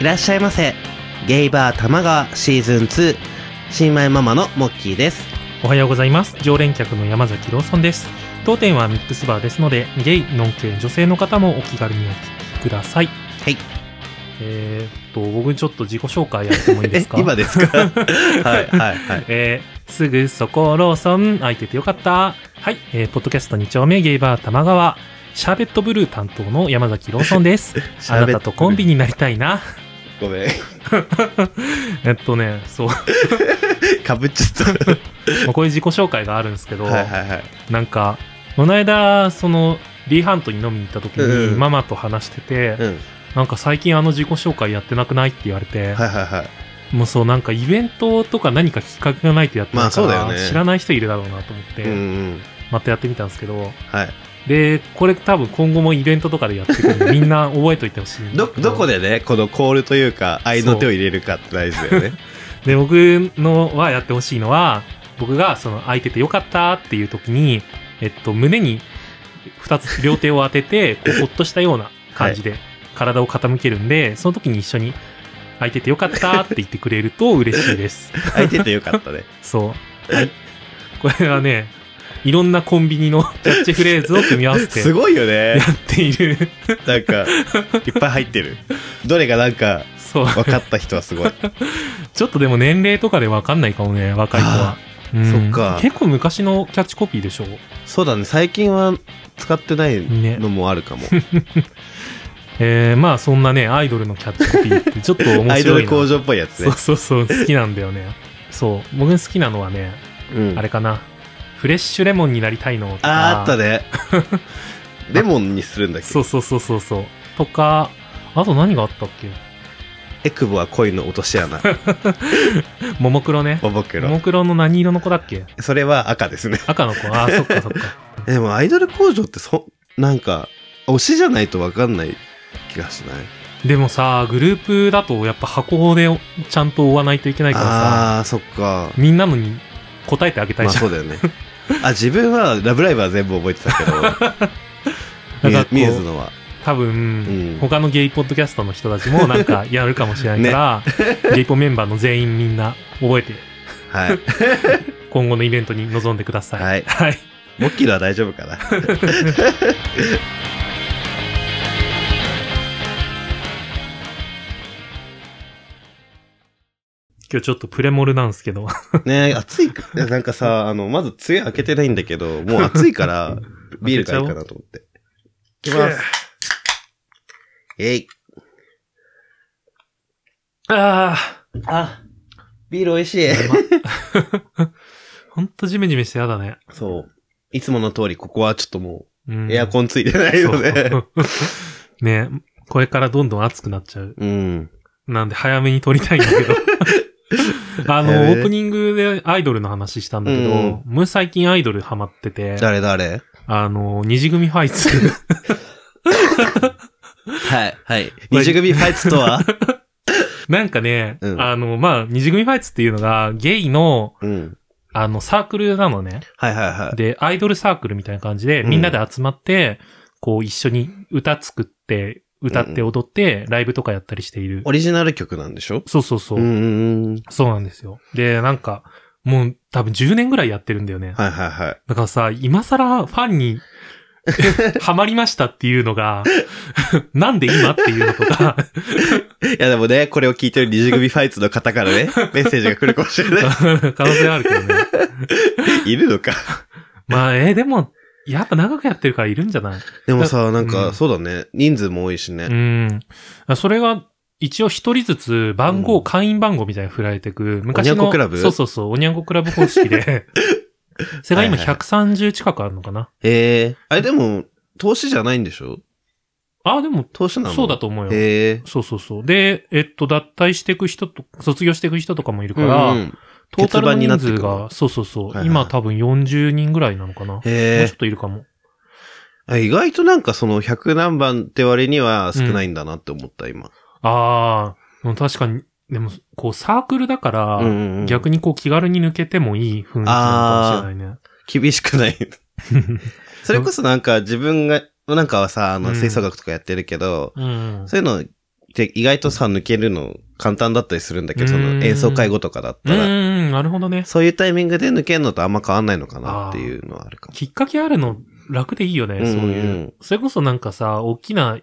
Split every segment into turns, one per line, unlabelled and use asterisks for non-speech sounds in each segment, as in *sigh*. いらっしゃいませ。ゲイバー玉川シーズン2、新米ママのモッキーです。
おはようございます。常連客の山崎ローソンです。当店はミックスバーですので、ゲイ、ノンケ、女性の方もお気軽にお聞きください。
はい。
えーっと、僕ちょっと自己紹介やってもいいですか
*laughs* え今ですかはい、はい、はい。
えーすぐそこローソン、空いててよかった。はい、えーポッドキャスト2丁目ゲイバー玉川、シャーベットブルー担当の山崎ローソンです。
*laughs*
あなたとコンビ
に。
になりたいな。 *laughs*
ごめん。
えっとね、そう、ま
かぶっちゃっ
あこういう自己紹介があるんですけど、
た。はい、はい、はい。
なんか、この間、その、リーハントに飲みに行った時
うんう
に、
ん
ママと話してて、
うん。
なんか最近あの自己紹介やってなくないって言われて、
はい、はい、はい。
もうそう、なんかイベントとか何かきっかけがないとやって
ま
な
あ
いか
そうだ
ら、
よね
知らない人いるだろうなと思って、
うん、うん。
またやってみたんですけど、
はい。
で、これ多分今後もイベントとかでやってくるん
*laughs*
で、みんな覚えといてほしいん
ど、
け
どこでね、このコールというか、愛の手を入れるかって大事だよね。
で、僕のはやってほしいのは、僕がその空いててよかったっていう時に、えっと、胸に二つ両手を当てて、
*laughs*
こうほっとしたような感じで体を傾けるんで、その時に一緒に空いててよかったって言ってくれると嬉しいです。
空いててよか *laughs* ったね。
そう。はい。これはね、いろんなコンビニの *laughs* キャッチフレーズを組み合わせて
す
や
ごいよね。
っている。
なんか、いっぱい入ってる。どれがなんか、
そう。
分かった人はすごい。
ちょっとでも年齢とかでわかんないかもね、若い子は
あ。
うん
そっか
結構昔のキャッチコピーでしょ
そうだね、最近は使ってない
ね
のもあるかも。
えー、まあそんなねアイドルのキャッチコピーってちょっと面白いな
アイドル工場っぽいやつ
そう
ね。
そうそう好きなんだよねそう僕好きなのはね、
うん
あれかなフレッシュレモンになりたいのとか
あーあった
*laughs*
ね。レモンにするんだっけ
そうそうそうそうそうとかあと何があったっけ
エクボは恋の落とし
*laughs*
穴。
ももクロね
ボボ
も
クロ
も。クロの何色の子だっけ
それは赤ですね。
赤の子あーそっかそ
*laughs*
っか
でもアイドル工場ってそ、なんか、推しじゃないと分かんない気がしない
でもさグループだとやっぱ箱でちゃんと追わないといけないからさ
ああー、そっか。
みんなのに答えてあげた
まあ
いじゃ
そ
ん、
うだよね。あ、自分は、ラブライブは全部覚えてたけ
*laughs*
どミ
な
ュ
んかこ、う
ミューズのは。
多分、
うん
他のゲイポッドキャストの人たちもなんかやるかもしれないから、 *laughs* ゲイポメンバーの全員みんな覚えて、 *laughs*
はい。
今後のイベントに臨んでください。
はい
はい。
モッキーのは大丈夫かな
今日ちょっとプレモルなんですけど。
ねえ、暑い。いやなんかさ、あの、まず梅雨明けてないんだけど、もう暑い
*laughs*
から、ビールがいいかなと思って。いきます。えい。
あ
あ、ビール美味しい
あ。ほんとジメジメしてやだね。
そう。いつもの通り、ここはちょっとも
うん
う、エアコンついてない *laughs* ので。
そうねこれからどんどん暑くなっちゃう。
うん。
なんで早めに撮りたいんだけど。
*laughs*
あの、
えー
オープニングでアイドルの話したんだけど、
うん
もう最近アイドルハマってて、
誰誰
あの、二次組ファイツ。
はい、はい。二次組ファイツとは
なんかね、
うん
あの、まあ、二次組ファイツっていうのが、ゲイの、
*laughs* うん。
あの、サークルなのね。
はいはいはい。
で、アイドルサークルみたいな感じで、
うん
みんなで集まって、こう、一緒に歌作って、歌って踊って、ライブとかやったりしている。
オリジナル曲なんでしょ
そうそうそうう、
んうんうん。
そうなんですよ。で、なんか、もう、多分10年ぐらいやってるんだよね。
はいはいはい。
だからさ、今更ファン
*laughs*
に、ハマりましたっていうのが、 *laughs* なんで今っていうのとか、 *laughs*
いやでもね、これを聞いてる二次組ファイツの方から *laughs* ね、メッセージが来るかもしれない。
可能性あるけどね。
いるのか。
まあ、えーでも、やっぱ長くやってるからいるんじゃない
でもさ、なん
う
か、
ん
そうだね。人数も多いしね
う。ん。それが、一応一人ずつ番号、
うん
会員番号みたいに振られてく、昔の。
おにゃんこクラブ
そうそうそう、おにゃんこクラブ方
*laughs*
式で。それが今
はいはい
130近くあるのかな。
へえ。あれでも、投資じゃないんでしょ
あ、でも、
投資なの
そうだと思うよ。
へえ。
そうそうそう。で、えっと、脱退していく人と、卒業していく人とかもいるか
うん
ら、
うん
トータルの人数
欠番にな
が、そうそうそう、
はいはい
今多分40人ぐらいなのかな。もう
へ
ちょっといるかも。
え。意外となんかその100何番って割には少ないんだなって思った、今。
あー、でも確かに、でも、こうサークルだから、
うんうんうん
逆にこう気軽に抜けてもいい雰囲気なのかもしれないね。
厳しく
*laughs*
ない。それこそなんか自分が、なんかはさ、あ
う
の、
ん
吹奏楽とかやってるけど、
うん。
そういうの、で、意外とさ、抜けるの簡単だったりするんだけど、そうの
ん
演奏会後とかだっ
う
たら、
ーん、なるほどね。
そういうタイミングで抜けるのとあんま変わんないのかなっていうのはあるかも。
きっかけあるの楽でいいよね、
うんうんうん
そういう。それこそなんかさ、大きな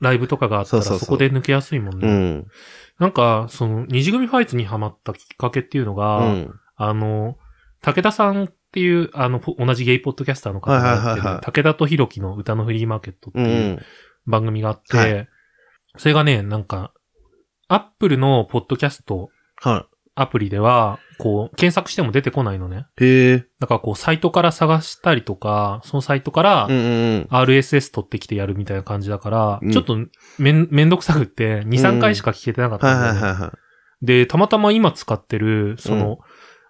ライブとかがあったら
そうそう
そ
そう
こで抜けやすいもんね。
うん。
なんか、その、二次組ファイツにハマったきっかけっていうの
う
が、
ん。
あの、武田さんっていう、あの、ポ同じゲイポッドキャスターの方がやって
はいはいはい
る
は、い
武田とひろきの歌のフリーマーケットって
うんう。
いうん番組があって、
は
それがね、なんか、アップルのポッドキャスト
は
アプリでは、こう、検索しても出てこないのね。
い。へえ。
だからこう、サイトから探したりとか、そのサイトから
うん、うん。
RSS 取ってきてやるみたいな感じだから、
うん
ちょっとめん、めんどくさくって、2、3回しか聞けてなかっ
はい
たんだ
は
よ
い
ね
はいは
で、たまたま今使ってる、その、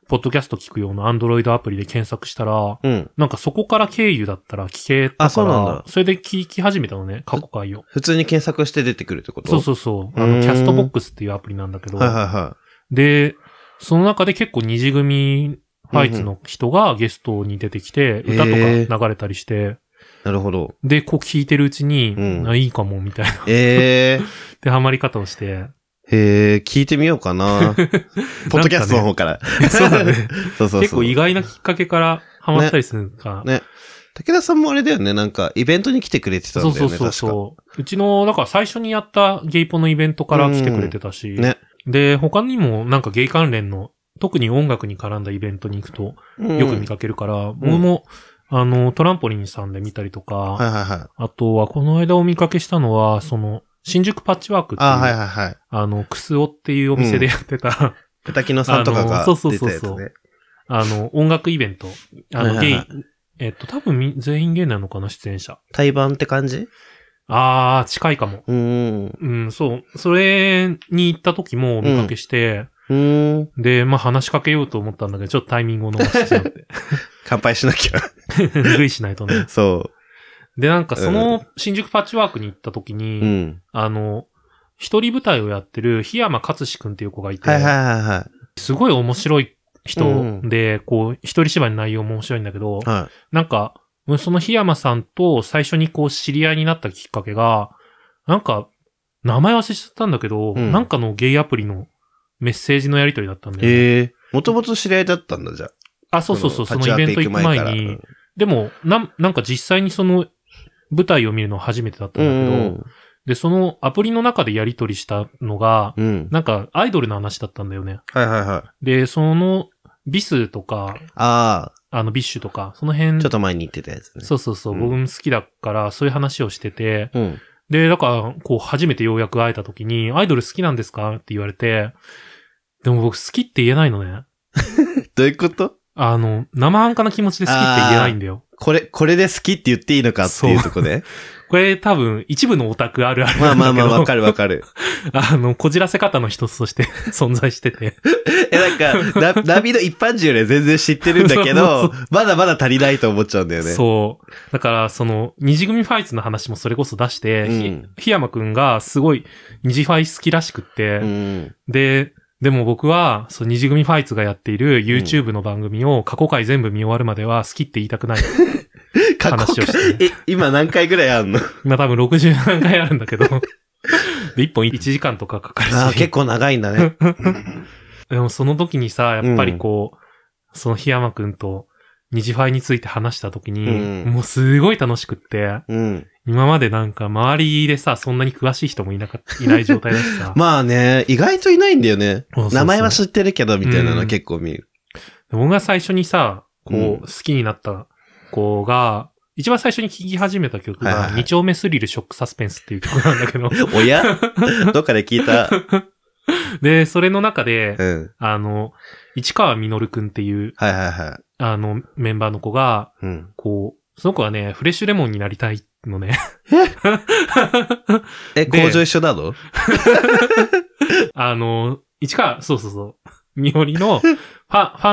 ポッドキャスト聞く用の Android アプリで検索したら、
い。うん。
なんかそこから経由だったら聞けたから、
あそうなんだ
それで聞き始めたのね、過去回を。
普通に検索して出てくるってこと
そうそうそう。あ
う
の、
ん
キャストボックスっていうアプリなんだけど、
はいはいは
で、その中で結構二次組ファイツの人がゲストに出てきて、
うんうん
歌と
へ
か
ー
流れたりして、
い。なるほど。
で、こう聞いてるうちに、
うん
あいいかも、みたいな。 *laughs*
ええ。
で、ハマり方をして。
へえ、聞いてみようか
*laughs*
な。ポッドキャストの方から。
そうだね。
*laughs* そうそうそう。
結構意外なきっかけからハマったりするか。
ね。武田さんもあれだよね、なんか、イベントに来てくれてたんだ
そ
よ
う
ね、
そうそうそう。うちの、だから最初にやったゲイポのイベントから来てくれてたし。
うんね
で、他にもなんかゲイ関連の、特に音楽に絡んだイベントに行くと
確か。
よく見
た。
かけるから、僕も、あの、トランポリンさんで見たりとか、
はいはいはい。
あとはこの間お見かけしたのは、その、新宿パッチワークっていう、
あ
あ,、
はいはいはい。
の、クスオっていうお店でやってた、 *laughs*
ペタキノさんとかが
あのそうそう
出
そう
た
そう
やつね。
あの、音楽イベント。あ
はい
の、
は
ゲ
い
イ
はい。
えっと、多分み全員ゲイなのかな、出演者。
対バンって感じ
あー、近いかも。
うーん。
うん、そう。それに行った時もお見かけして、
うーん。
で、まあ話しかけようと思ったんだけど、ちょっとタイミングを逃してしま
*laughs*
って。
乾杯しなきゃ。 *laughs*
類しないとね。
そ
で、なんかその新宿パッチワークに行った時に、
う。うん。
あの、一人舞台をやってる檜山勝志くんっていう子がいて、
はいはいはいは
すごい面白い人
うん
で、こう、一人芝居の内容も面白いんだけど、
い。は
なんか、うんその檜山さんと最初にこう知り合いになったきっかけが、なんか、名前忘れちゃったんだけど、
うん
なんかのゲイアプリのメッセージのやりとりだったん
い。
で、
ええ。もともと知り合いだったんだ、じゃあ。
あ、そうそうそう、そ
パ
の
ッチ
イ
ワー
ベント行く前
から
に、でも、なん、なんか実際にその舞台を見るのは初めてだった
うん
だけど、
ん。
で、そのアプリの中でやりとりしたのが、
うん。
なんかアイドルの話だったんだよね。
はいはいはい。
で、その、ビスとか、
ああ、
あの、ビッシュとか、その辺、
ちょっと前に言ってたやつね。
そうそうそう、
うん
僕も好きだから、そういう話をしてて、
うん。
で、だから、こう、初めてようやく会えた時に、アイドル好きなんですかって言われて、でも僕好きって言えないのね。
どういうこと
あの、生半可な気持ちで好きって言えないんだよ。
これ、これで好きって言っていいのかっていうとこね。
これ多分、一部のオタクあるある
ま
な
あま
んだけ
あ
ど。
まあ、わかるわかる。
*laughs* あの、こじらせ方の一つとして *laughs* 存在してて。
え、なん
*laughs*
か、ナナビの一般人よりは全然知ってるんだけ
そ
ど、まだまだ足りないと思っちゃうんだよね。
そう。だから、その、二次組ファイツの話もそれこそ出して、
うん
ひ檜山くんがすごい二次ファイ好きらしくって、
うん。
で、でも僕は、そう、二次組ファイツがやっている YouTube の番組を過去回全部見終わるまでは好きって言いたくない
過去
話を
回
して、
え、今何回ぐらい
*laughs*
あんの
今多分60何回あるんだけど、で、1本1時間とかかかるし。
ああ、結構長いんだね。
でもその時にさ、やっぱりこう、その檜山くんと、ニジファイについて話した時に、
うん
もうすごい楽しくって、
うん。。
今までなんか周りでさ、そんなに詳しい人もいなかいない状態だしさ
*laughs* まあね、意外といないんだよね。
そうそうそう
名前は知ってるけど、みたいな
うん
の結構見る。
僕が最初にさ、こ
うん
う、好きになった子が、一番最初に聴き始めた曲
はいは
が、
いはい
二丁目スリルショックサスペンスっていう曲なんだ
*laughs*
けど、
お
*laughs*
やどっかで聞いた。
で、それの中で、
うん。
あの、市川みのるくんっていう、
はいはいはい。
あの、メンバーの子が、
うん。
こう、その子はね、フレッシュレモンになりたいのね。 *laughs*
え、
で
工場一緒なの
あの、市川、そうそうそう。みおりのファン、フ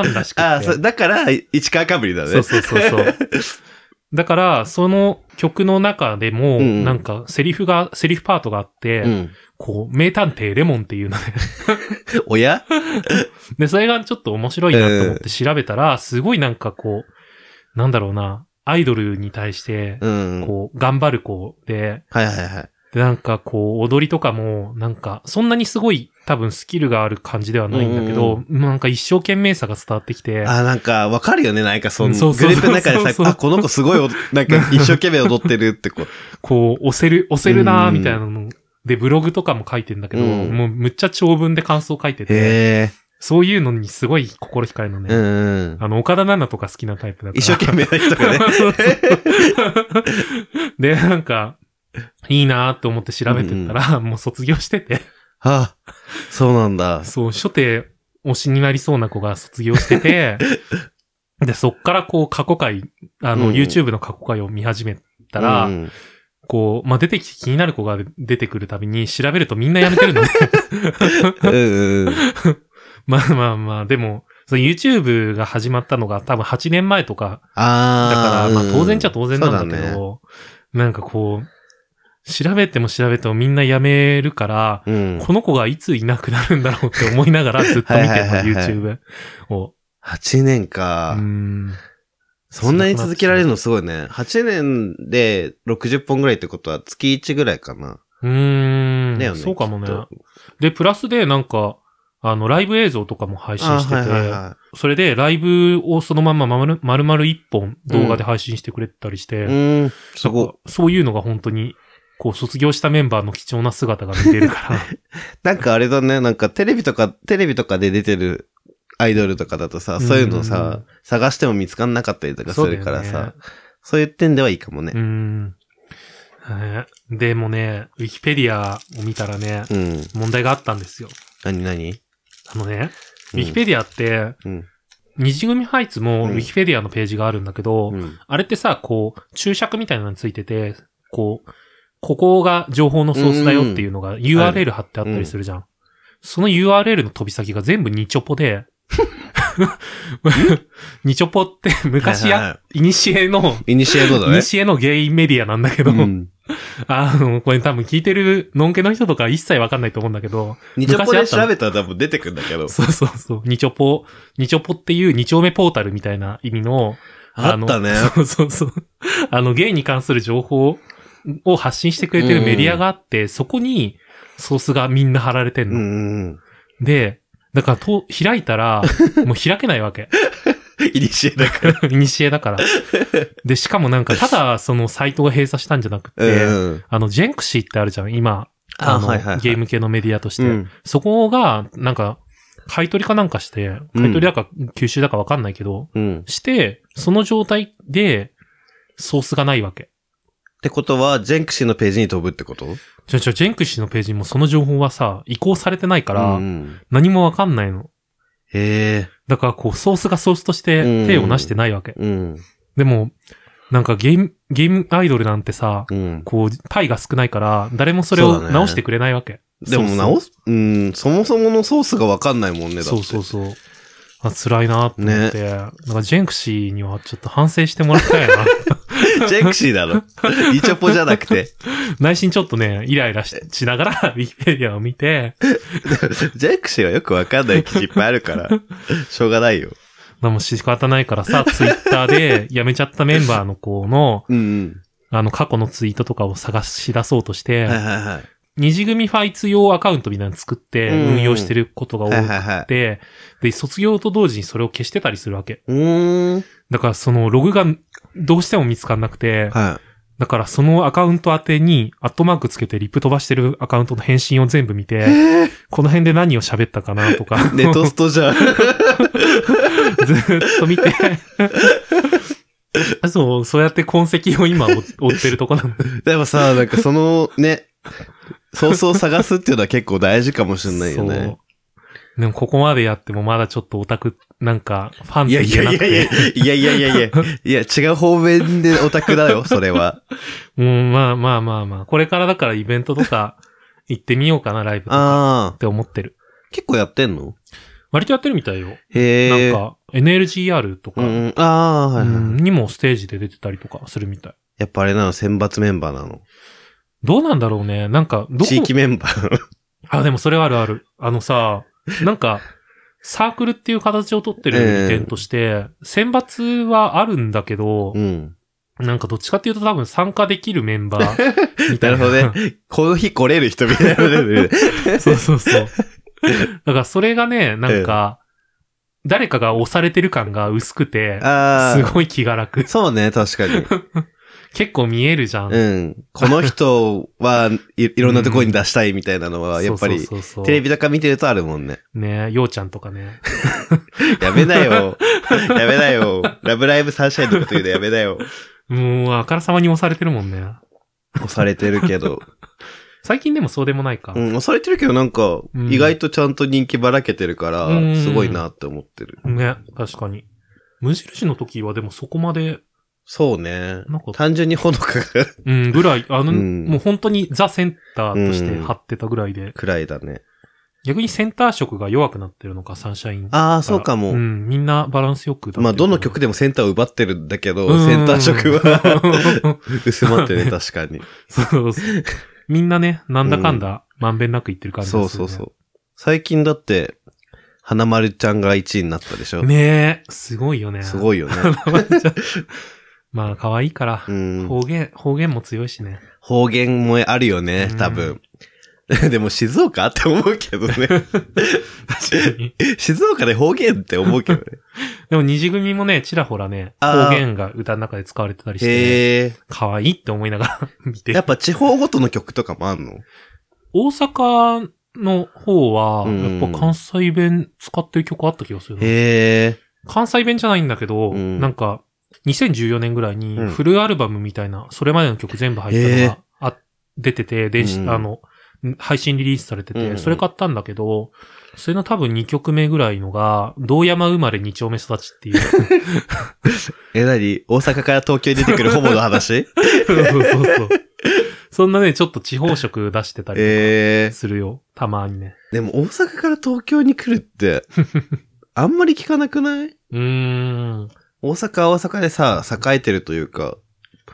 ァンらしくて。
ああ、そだから、市川かぶりだね。
そうそうそうそう。だから、その曲の中でも、
うんうん
なんか、セリフが、セリフパートがあって、
うん。
こう、名探偵レモンっていうのね。 *laughs*
おや
で、それがちょっと面白いなと思って調べたら、すごいなんかこう、なんだろうな、アイドルに対して、
*laughs* うん。
こう、頑張る子で、
はいはいはい。
で、なんかこう、踊りとかも、なんか、そんなにすごい多分スキルがある感じではないんだけど、なんか一生懸命さが伝わってきて、
あ、なんか、わかるよね。なんか、その、
そうそう
グループの中
そう
で
そ
さ
う、
あ、この子すごい踊、なんか、一生懸命踊ってるってこう。
*laughs* こう、押せる、押せるなー
うん
みたいなの。で、ブログとかも書いてんだけど、
うん
もうむっちゃ長文で感想書いてて、
へ
そういうのにすごい心惹かれるのね。
え。うんうん。
あの、岡田奈々とか好きなタイプだから。
一生懸命な人がね。
そうそう *laughs* で、なんか、いいなーって思って調べてったら、もう卒業してて、
あ、そうなんだ。
そう、初手推しになりそうな子が卒業し
*laughs*
てて、で、そっからこう過去回、あの、
うん
YouTube の過去回を見始めたら、
うん
こう、まあ、出てきて気になる子が出てくるたびに調べるとみんなやめてるのね。 *laughs*
うんうん。
まあまあまあ、でも、その YouTube が始まったのが多分8年前とか、
あ
だか
あ。
ら、まあ
うん
当然っちゃ当然なんだけ
そう
ど、なんかこう、調べても調べてもみんなやめるから、
だね。うん。
この子がいついなくなるんだろうって思い
*laughs*
ながらずっと見てるの、
はいはいはいはい
YouTube を。
8年
う
か。
ん。
そんなに続けられるのすごいね。8年で60本ぐらいってことは月1ぐらいかな。
うーん。
だよね。
そうかもね
きっ。と
で、プラスでなんか、あの、ライブ映像とかも配信
あ
してて、
はいはいは
それでライブをそのまままる丸々一本動画で配信してくれたりして、
い。うん。そ
なんか
こ。
そういうのが本当に、こう、卒業したメンバーの貴重な姿が見れるから。
なんかあれだね。なんかテレビとか、テレビとかで出てるアイドルとかだとさ、そういうの
う
さ
ん、
探しても見つかんなかったりとかす
そうだよ
る
ね
からさ、そういう点ではいいかもね
う。ーん。えーでもね、ウィキペディアを見たらね、
うん。
問題があったんですよ。
なになに
あのね、ウ
うん
ィキペディアって、
うん。
二次組ハイツも
う
ウ
ん
ィキペディアのページがあるんだけど、
うん
あれってさ、こう、注釈みたいなのについてて、こう、ここが情報のソースだよっていうのが URL 貼ってあったりするじゃん。その URL の飛び先が全部ニチョ
*laughs*
ポで、ニチョポって昔
はいはい
や
は、
いにしえの、
イニシエドだ
い
ね
に。しえのゲイメディアなんだけど、
うん。
あの、これ多分聞いてるのんけの人とか一切わかんないと思うんだけど、
ニチョコ
昔あっ
で
た
調べ
の
たら多分出てくんだけど。
そうそうそう、ニチョポ、ニチョポっていう二丁目ポータルみたいな意味の、
あったね。
そうそうそう。あの、ゲイに関する情報を発信してくれてるメディアがあって、そこにソースがみんな貼られてん
うん
の。
うん
で、だからと、開いたら、もう開けないわけ。 *laughs*
うん。イニシエだか
いにしえだから。で、しかもなんか、ただ、そのサイトが閉鎖したんじゃなくて、
ら。うんうん。
あの、ジェンクシーってあるじゃん、今。
あ
の、
はいはいはい
ゲーム系のメディアとして。
うん
そこが、なんか、買い取りかなんかして、買い取りだか、吸収だかわかんないけど、
うん。っ
して、その状態で、ソースがないわけ。
てことは、ジェンクシーのページに飛ぶってこと
ちょちょ、ジェンクシーのページにもその情報はさ、移行されてないか、
からうん。
何もわかんないの。
へえ。
だからこう、ソースがソースとして手をなしてないわけ。
うん。
でも、なんかゲーム、ゲームアイドルなんてさ、
うん。
こう、パイが少ないから、誰もそれ
そ
を
うだね
直してくれないわけ。
でも直す、うん、そもそものソースがわかんないもんね、だって。
そうそうそう。あ辛いなって思って、なんかジェンクシーにはちょっと反省してもらいたいな。
*laughs* ジェンクシーだろ。イチョポじゃなくて。 *laughs*
内心ちょっとね、イライラししながら、 *laughs* ウィキペディアを見て、
ジェンクシーはよくわかんない記事いっぱいあるから、しょうがないよ。
まあもう仕方ないからさ、ツイッターで辞めちゃったメンバーの子の、
うん
あの、過去のツイートとかを探し出そうとし
う
て
ん。は、いはいはい。
二次組ファイツ用アカウントみたいなの作って
うん
運用してることが多
はい
く
はいはい。
て、で、卒業と同時にそれを消してたりするわけ。
うーん。
だからそのログがどうしても見つかんなくて、
は
だからそのアカウント宛てにアットマークつけてリプ飛ばしてるアカウントの返信を全部見
い。
て、
え
この辺で何を喋ったかなとか。
ー、ネトストじゃん。 *laughs*
*laughs* ずーっと見て。そう、そうやって痕跡を今追
*laughs*
追ってるとこなの。
でもさ、なんかそのね、ソースを探すっていうのは結構大事かもしれないよね。
そう。でもここまでやってもまだちょっとオタク、なんか、ファンっ
いや
て
い
言え
や
ないく
やいや
て。
いやいやいやいや、いや違う方面でオタクだよ、それは。
うん、まあまあまあまあ。これからだからイベントとか行ってみようかな、ライブとか
あ
って思ってる。
あ、結構やってんの
割とやってるみたいよ。
へえ。
なんか、NLGR とか、
うんうん、ああ、はいはい。
うんにもステージで出てたりとかするみたい。
やっぱあれなの、選抜メンバーなの。
どうなんだろうね。なんか、どこ
地域メンバ
*laughs*
ー。
あ、でもそれはあるある。あのさ、なんか、サークルっていう形をとってる
ええ
点として、選抜はあるんだけど、
うん。
なんかどっちかっていうと多分参加できるメンバ
*laughs*
ーみたいな。
なるほどね。この日来れる人みたいなので。
*laughs* そうそうそう。だからそれがね、なんか、誰かが押されてる感が薄くて、
あ
す
あ。
ごい気が楽。
そうね、確かに。
*laughs* 結構見えるじゃん。
うん。この人はい、いろんなところに出したいみたいなのは、やっぱり、
そうそうそうそう
テレビとか見てるとあるもんね。
ねようちゃんとかね。
やめな
*laughs*
よ。やめなよ。ラブライブサンシャインのこと言うのやめなよ。
もう、あからさまに押されてるもんね。
押されてるけど。
最近で *laughs* もそうでもないか。
うん、押されてるけどなんか
う、ん
意外とちゃんと人気ばらけてるか
うん
ら、すごいなって思ってる。
ね、確かに。無印の時はでもそこまで、
そうね。
なんか、
単純にほのかが
うん、ぐらい、あの、
うん
もう本当にザ・センターとして張ってたぐらいで、
くらいだね。
逆にセンター色が弱くなってるのか、サンシャイン。
*laughs* ああ、そうかも。
うん、みんなバランスよく歌ってる
まあ、どの曲でもセンターを奪ってるんだけど、
うん
センター色は
そ
*laughs* 薄まって *laughs* ね、確かに。
う *laughs* そう。みんなね、なんだかんだ、まんべんなく言ってる感じ
そうそうそう。最近だって、花丸ちゃんが1位になったでしょ、
ねえ、すごいよね。
す
い。
ごい *laughs* よね。
*laughs* まあ、可愛いから
う。ん、
方言、方言も強いしね。
方言もあるよね
う、ん
多分。 *laughs* でも静岡って思うけどね。 *laughs*
確かに。
静岡で方言って思うけどね。 *laughs*
でも、二次組もね、ちらほらね、
あー
方言が歌の中で使われてたりして、
へえ。
可愛いって思いながら *laughs* 見て
やっ。ぱ地方ごとの曲とかもあんの
大阪の方は、
うん
やっぱ関西弁使ってる曲あった気がするな。
へえ。
関西弁じゃないんだけど、
うん
なんか、2014年ぐらいに
うん
フルアルバムみたいな、それまでの曲全部入った
へ
の
え
が、あ出てて、電子、
うん
あの、配信リリースされてて、
うん
それ買ったんだけど、それの多分2曲目ぐらいのが、道山生まれ二丁目育ちっていう。
え、なに大阪から東京に出てくるホモの *laughs* 話
そうそうそう。そんなね、ちょっと地方色出してたり
ええ。
するよ。たまにね。
でも大阪から東京に来るっ
*laughs*
て、あんまり聞かなくないう
ーん。
大阪は大阪でさ、栄えてるというか、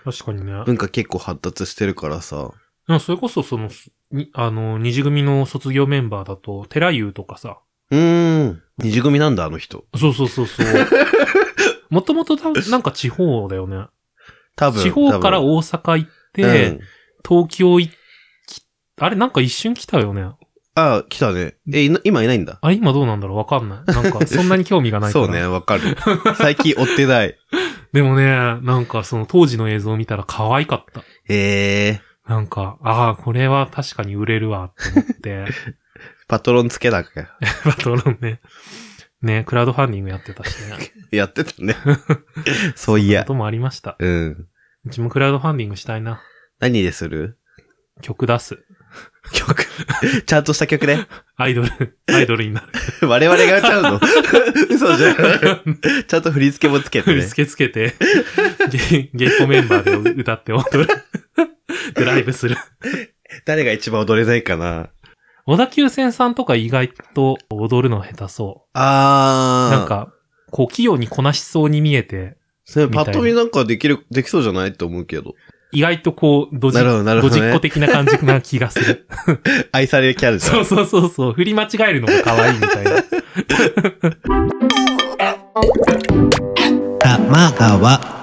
確かにね。
文化結構発達してるからさ。
でもそれこそその、にあの、二次組の卒業メンバーだと、寺優とかさ、
うーん。二次組なんだ、あの人。
そうそうそうそう。 *laughs* もともとだなんか地方だよね。
多分。
地方から
多
大阪行
分
って、
うん
東京行き、あれなんか一瞬来たよね。
ああ、来たね。え、いな今いないんだ。
あれ今どうなんだろうわかんない。なんか *laughs* そんなに興味がないか
そ
ら。
うね、。わかる。最近追って
*laughs*
ない。
でもね、なんかその当時の映像を見たら可愛かった。
ええー。
なんか、ああ、これは確かに売れるわって思って、
*laughs* パトロンつけなきゃ。
バトルね。 *laughs* ね、クラウドファンディングやってたしね。
やってた
*laughs*
ね。そうい
こ
や。
ともありました。
うん。
うちもクラウドファンディングしたいな。
何でする
曲出す。 *laughs*
曲。ちゃんとした曲ね。
アイド
*laughs*
ル、アイドルになる。
我々が歌う
*laughs*
の。嘘じゃん。ちゃんと振り付けもつけて
振り
ね。
付けつけて、ゲイゲイコメンバーで歌って
*laughs*
踊る。ドライブする。
誰が一番踊れないかな。
小田急線さんとか意外と踊るの下手そ
あ
う。
ー。
なんか、こう器用にこなしそうに見えて、
それパッと見なんかできる、できそうじゃないと思うけど。
意外とこう、ドジ、
なるほどなるほど
ドジ
ね
っ子的な感じな気がする。
愛されるキャラじゃ
そ
ん
う。そうそうそう。振り間違えるのが可愛いみたいな。
玉川。